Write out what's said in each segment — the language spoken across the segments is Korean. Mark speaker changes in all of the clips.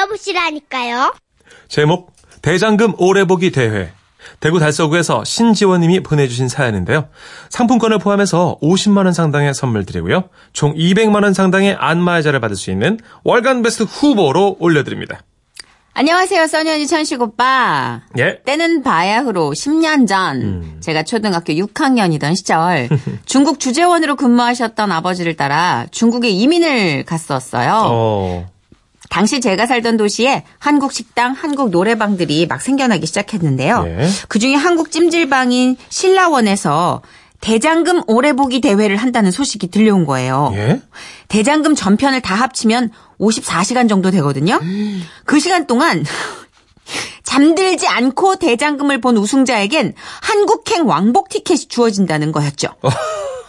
Speaker 1: 찾아보시라니까요.
Speaker 2: 제목 대장금 오래보기 대회 대구 달서구에서 신지원님이 보내주신 사연인데요. 상품권을 포함해서 50만 원 상당의 선물 드리고요. 총 200만 원 상당의 안마의자를 받을 수 있는 월간 베스트 후보로 올려드립니다.
Speaker 3: 안녕하세요, 써니언니 천식 오빠.
Speaker 2: 예.
Speaker 3: 때는 바야흐로 10년 전 제가 초등학교 6학년이던 시절 중국 주재원으로 근무하셨던 아버지를 따라 중국에 이민을 갔었어요.
Speaker 2: 어.
Speaker 3: 당시 제가 살던 도시에 한국 식당, 한국 노래방들이 막 생겨나기 시작했는데요.
Speaker 2: 예.
Speaker 3: 그중에 한국 찜질방인 신라원에서 대장금 오래보기 대회를 한다는 소식이 들려온 거예요.
Speaker 2: 예.
Speaker 3: 대장금 전편을 다 합치면 54시간 정도 되거든요. 그 시간 동안 잠들지 않고 대장금을 본 우승자에겐 한국행 왕복 티켓이 주어진다는 거였죠.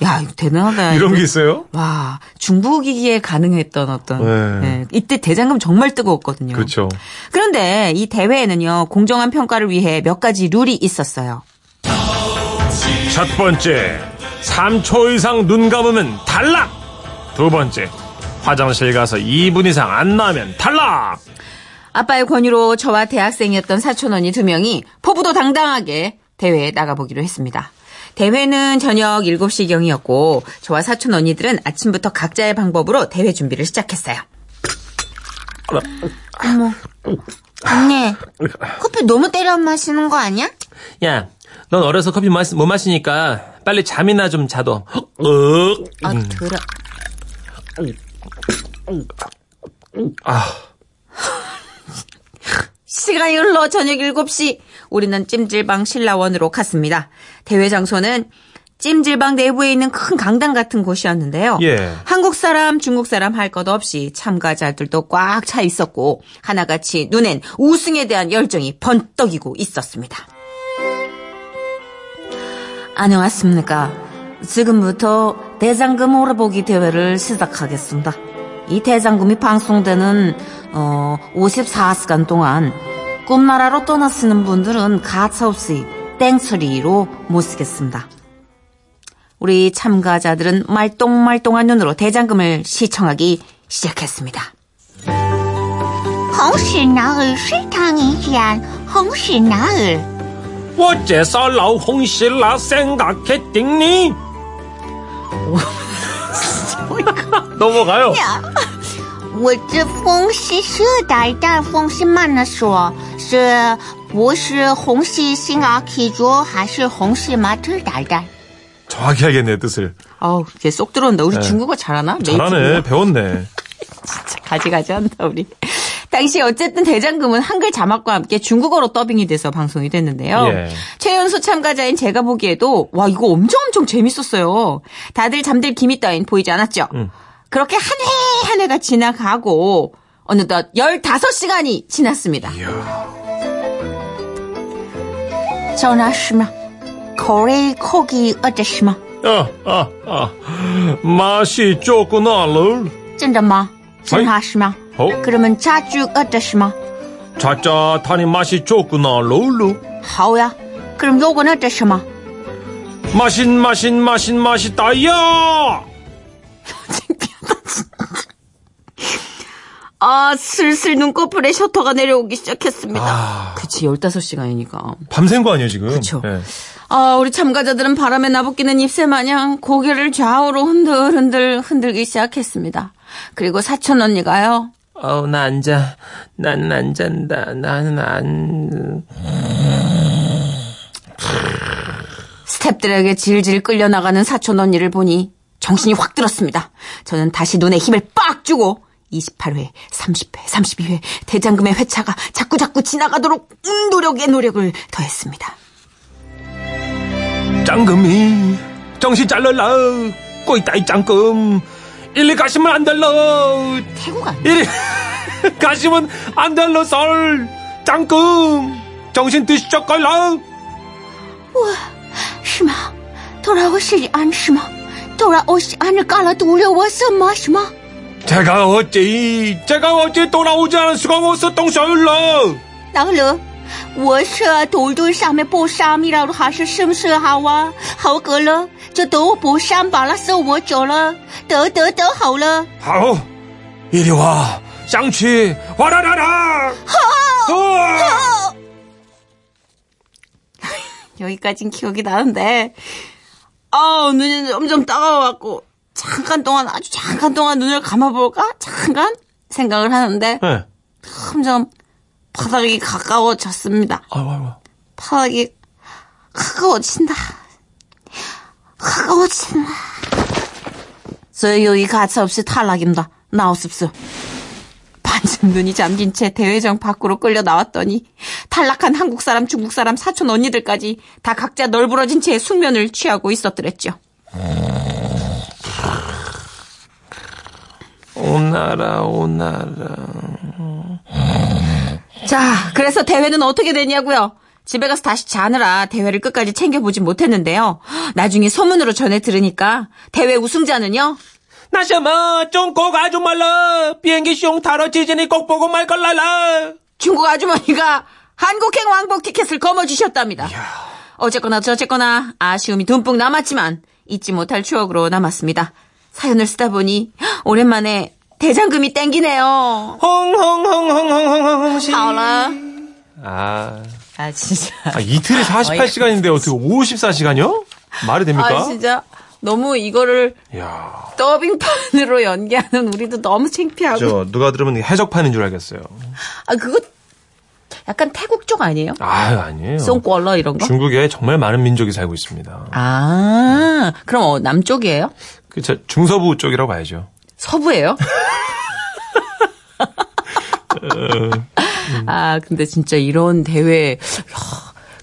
Speaker 3: 야, 이거 대단하다.
Speaker 2: 이런
Speaker 3: 이거.
Speaker 2: 게 있어요?
Speaker 3: 와, 중국이기에 가능했던 어떤.
Speaker 2: 네.
Speaker 3: 예, 이때 대장금 정말 뜨거웠거든요.
Speaker 2: 그렇죠.
Speaker 3: 그런데 이 대회에는요, 공정한 평가를 위해 몇 가지 룰이 있었어요.
Speaker 2: 첫 번째, 3초 이상 눈 감으면 탈락. 두 번째, 화장실 가서 2분 이상 안 나면 탈락.
Speaker 3: 아빠의 권유로 저와 대학생이었던 사촌 언니 두 명이 포부도 당당하게 대회에 나가보기로 했습니다. 대회는 저녁 7시경이었고 저와 사촌 언니들은 아침부터 각자의 방법으로 대회 준비를 시작했어요. 네.
Speaker 1: 언니, 커피 너무 때려 마시는 거 아니야?
Speaker 2: 야, 넌 어려서 커피 마시- 못 마시니까 빨리 잠이나 좀 자둬. 어,
Speaker 3: 아, 더러.
Speaker 2: 아,
Speaker 3: 시간이 흘러 저녁 7시. 우리는 찜질방 신라원으로 갔습니다. 대회 장소는 찜질방 내부에 있는 큰 강당 같은 곳이었는데요.
Speaker 2: 예.
Speaker 3: 한국 사람, 중국 사람 할 것 없이 참가자들도 꽉 차 있었고 하나같이 눈엔 우승에 대한 열정이 번떡이고 있었습니다. 안녕하십니까. 지금부터 대장금 오르보기 대회를 시작하겠습니다. 이 대장금이 방송되는 어, 54시간 동안 꿈나라로 떠나시는 분들은 가차없이 땡처리로 모시겠습니다. 우리 참가자들은 말똥말똥한 눈으로 대장금을 시청하기 시작했습니다.
Speaker 1: 红屎男儿水塘一见，红屎男儿，
Speaker 2: 어째서 라홍실라 생각했딩니? 넘어가요.
Speaker 1: 我这风是色呆，但风是慢的说，是不是红是心儿起着，还是红是马特呆呆？
Speaker 2: 정확히 알겠네 뜻을.
Speaker 3: 아우, 이게 쏙 들어온다. 우리
Speaker 2: 네.
Speaker 3: 중국어 잘하나? 메이징이야.
Speaker 2: 잘하네, 배웠네.
Speaker 3: 가지가지 한다 우리. 당시 어쨌든 대장금은 한글 자막과 함께 중국어로 더빙이 돼서 방송이 됐는데요.
Speaker 2: 예.
Speaker 3: 최연소 참가자인 제가 보기에도 와 이거 엄청 엄청 재밌었어요. 다들 잠들 기미 따윈 보이지 않았죠. 그렇게 한 해 한 해가 지나가고 어느덧 15시간이 지났습니다. 전하시마 거래 거기 어쩌시마
Speaker 2: 아, 아, 아. 맛이 조금 알로.
Speaker 1: 真的吗？真的是吗？
Speaker 2: 어?
Speaker 1: 그러면 자주 어떠시마?
Speaker 2: 짜짜타니 맛이 조금 알로.
Speaker 1: 好呀. 그럼 요건 어떠시마?
Speaker 2: 마신, 마신, 마신, 맛있다야!
Speaker 3: 아 슬슬 눈꺼풀에 셔터가 내려오기 시작했습니다.
Speaker 2: 아.
Speaker 3: 그치 15시간이니까.
Speaker 2: 밤샌 거 아니에요, 지금?
Speaker 3: 그쵸.
Speaker 2: 예.
Speaker 3: 아, 우리 참가자들은 바람에 나부끼는 잎새 마냥 고개를 좌우로 흔들흔들 흔들기 시작했습니다. 그리고 사촌 언니가요.
Speaker 2: 어, 나 안 자. 난 안 잔다. 나는 안.
Speaker 3: 스탭들에게 질질 끌려나가는 사촌 언니를 보니 정신이 확 들었습니다. 저는 다시 눈에 힘을 빡 주고 28회, 30회, 32회 대장금의 회차가 자꾸자꾸 지나가도록 음, 노력에 노력을 더했습니다.
Speaker 2: 짱금이. 정신 잘라라. 꼬이따이 짱금. 일리 가시면 안 될러.
Speaker 3: 태국 아니야?
Speaker 2: 일리 가시면 안 될러, 썰. 짱금. 정신 드시죠, 걸라.
Speaker 1: 是吗？突然我心里安是吗？突然我心安着干了毒了，我什么什么？
Speaker 2: 제가 어찌, 제가 어찌 돌아오지 않은 수가 없었던 썰러.
Speaker 1: 老刘，我是头墩上面不上米了，还是是不是好啊？好哥了，就等我不上班了，送我走了，得得得好了。
Speaker 2: 바로 이리 와 쌍취 와라라라 어!
Speaker 3: 여기까진 기억이 나는데 아 눈이 점점 따가워갖고 잠깐 동안 아주 잠깐 동안 눈을 감아볼까 잠깐 생각을 하는데
Speaker 2: 네.
Speaker 3: 점점 바닥이 가까워졌습니다.
Speaker 2: 아유 아유
Speaker 3: 바닥이 가까워진다. 가까워진다. 소유이 가차없이 탈락입니다. 나오십시오. 반쯤 눈이 잠긴 채 대회장 밖으로 끌려 나왔더니 탈락한 한국 사람, 중국 사람, 사촌 언니들까지 다 각자 널브러진 채 숙면을 취하고 있었더랬죠.
Speaker 2: 오나라 오나라
Speaker 3: 자, 그래서 대회는 어떻게 되냐고요? 집에 가서 다시 자느라 대회를 끝까지 챙겨보지 못했는데요. 나중에 소문으로 전해 들으니까 대회 우승자는요.
Speaker 2: 나셔마 쫑꼭 아줌말라 비행기 숑 타러 지진이 꼭 보고 말걸라라
Speaker 3: 중국 아주머니가 한국행 왕복 티켓을 거머쥐셨답니다. 어쨌거나 저쨌거나 아쉬움이 듬뿍 남았지만 잊지 못할 추억으로 남았습니다. 사연을 쓰다 보니 오랜만에 대장금이 땡기네요.
Speaker 2: 홍홍홍홍홍홍홍
Speaker 3: 파울라.
Speaker 2: 아,
Speaker 3: 아 진짜.
Speaker 2: 아 이틀에 48시간인데 어떻게 54시간이요? 말이 됩니까?
Speaker 3: 아 진짜 너무 이거를
Speaker 2: 야,
Speaker 3: 더빙판으로 연기하는 우리도 너무 창피하고.
Speaker 2: 저 누가 들으면 해적판인 줄 알겠어요.
Speaker 3: 아 그거 약간 태국 쪽 아니에요?
Speaker 2: 아유 아니에요.
Speaker 3: 송꼴러 이런 거?
Speaker 2: 어. 중국에 정말 많은 민족이 살고 있습니다.
Speaker 3: 아 그럼 어, 남쪽이에요?
Speaker 2: 그 저- 중서부 쪽이라고 봐야죠.
Speaker 3: 서부예요? 아 근데 진짜 이런 대회 야,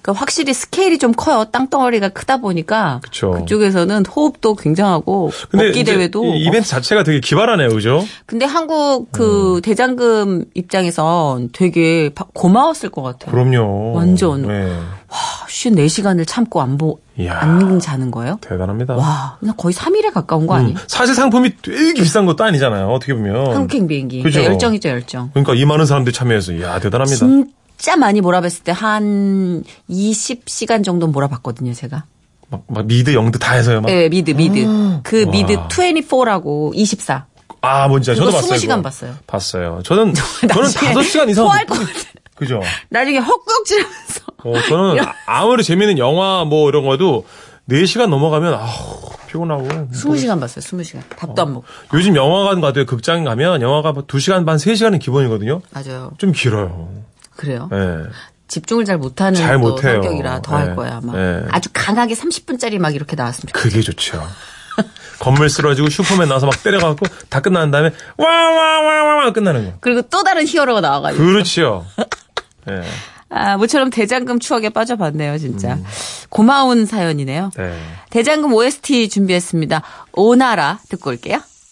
Speaker 3: 그러니까 확실히 스케일이 좀 커요. 땅덩어리가 크다 보니까
Speaker 2: 그쵸.
Speaker 3: 쪽에서는 호흡도 굉장하고 걷기
Speaker 2: 이제
Speaker 3: 대회도 어,
Speaker 2: 이 이벤트 자체가 되게 기발하네요, 그죠?
Speaker 3: 근데 한국 그
Speaker 2: 음.
Speaker 3: 대장금 입장에선 되게 바- 고마웠을 것 같아요.
Speaker 2: 그럼요.
Speaker 3: 완전.
Speaker 2: 네.
Speaker 3: 와, 54시간을 참고 안 보,
Speaker 2: 이야.
Speaker 3: 안 자는 거예요?
Speaker 2: 대단합니다.
Speaker 3: 와, 그냥 거의 3일에 가까운
Speaker 2: 음.
Speaker 3: 거 아니에요?
Speaker 2: 사실 상품이 되게 비싼 것도 아니잖아요. 어떻게 보면.
Speaker 3: 한국행 비행기.
Speaker 2: 음. 그죠.
Speaker 3: 그러니까 열정이죠, 열정.
Speaker 2: 그러니까 이 많은 사람들이 참여해서 이야 대단합니다.
Speaker 3: 진짜 많이 몰아봤을 때 한 20시간 정도 몰아봤거든요, 제가.
Speaker 2: 막, 막 미드 영드 다 해서요. 막.
Speaker 3: 예, 미드, 미드. 그
Speaker 2: 아. 와.
Speaker 3: 미드 24라고 24.
Speaker 2: 아 뭔지 알아요. 저도
Speaker 3: 그거
Speaker 2: 봤어요.
Speaker 3: 20시간
Speaker 2: 그거.
Speaker 3: 봤어요.
Speaker 2: 봤어요. 저는 저는
Speaker 3: 나중에
Speaker 2: 5시간 이상
Speaker 3: 토할
Speaker 2: 못-
Speaker 3: 것 같아.
Speaker 2: 그죠?
Speaker 3: 나중에 헛구역질 하면서.
Speaker 2: 어, 저는 아- 아무리 재미있는 영화 뭐 이런 거도 4시간 넘어가면 아우 피곤하고
Speaker 3: 20시간 봤어요, 20시간. 밥도 안 먹고.
Speaker 2: 요즘 영화관 가도 극장 가면 영화가 뭐 2시간 반, 3시간은 기본이거든요.
Speaker 3: 맞아요.
Speaker 2: 좀 길어요.
Speaker 3: 그래요.
Speaker 2: 예.
Speaker 3: 집중을 잘 못하는
Speaker 2: 잘
Speaker 3: 또
Speaker 2: 못해요.
Speaker 3: 성격이라 더 할
Speaker 2: 예,
Speaker 3: 거야, 아마.
Speaker 2: 예.
Speaker 3: 아주 강하게 30분짜리 막 이렇게 나왔으면 좋겠어요.
Speaker 2: 그게 좋죠. 건물 쓰러지고 슈퍼맨 나와서 막 때려갖고 다 끝난 다음에 와와와와와 끝나는 거.
Speaker 3: 그리고 또 다른 히어로가 나와가지고.
Speaker 2: 그렇지요. 예.
Speaker 3: 아, 모처럼 대장금 추억에 빠져봤네요, 진짜.
Speaker 2: 음.
Speaker 3: 고마운 사연이네요.
Speaker 2: 네.
Speaker 3: 대장금 OST 준비했습니다. 오나라 듣고 올게요.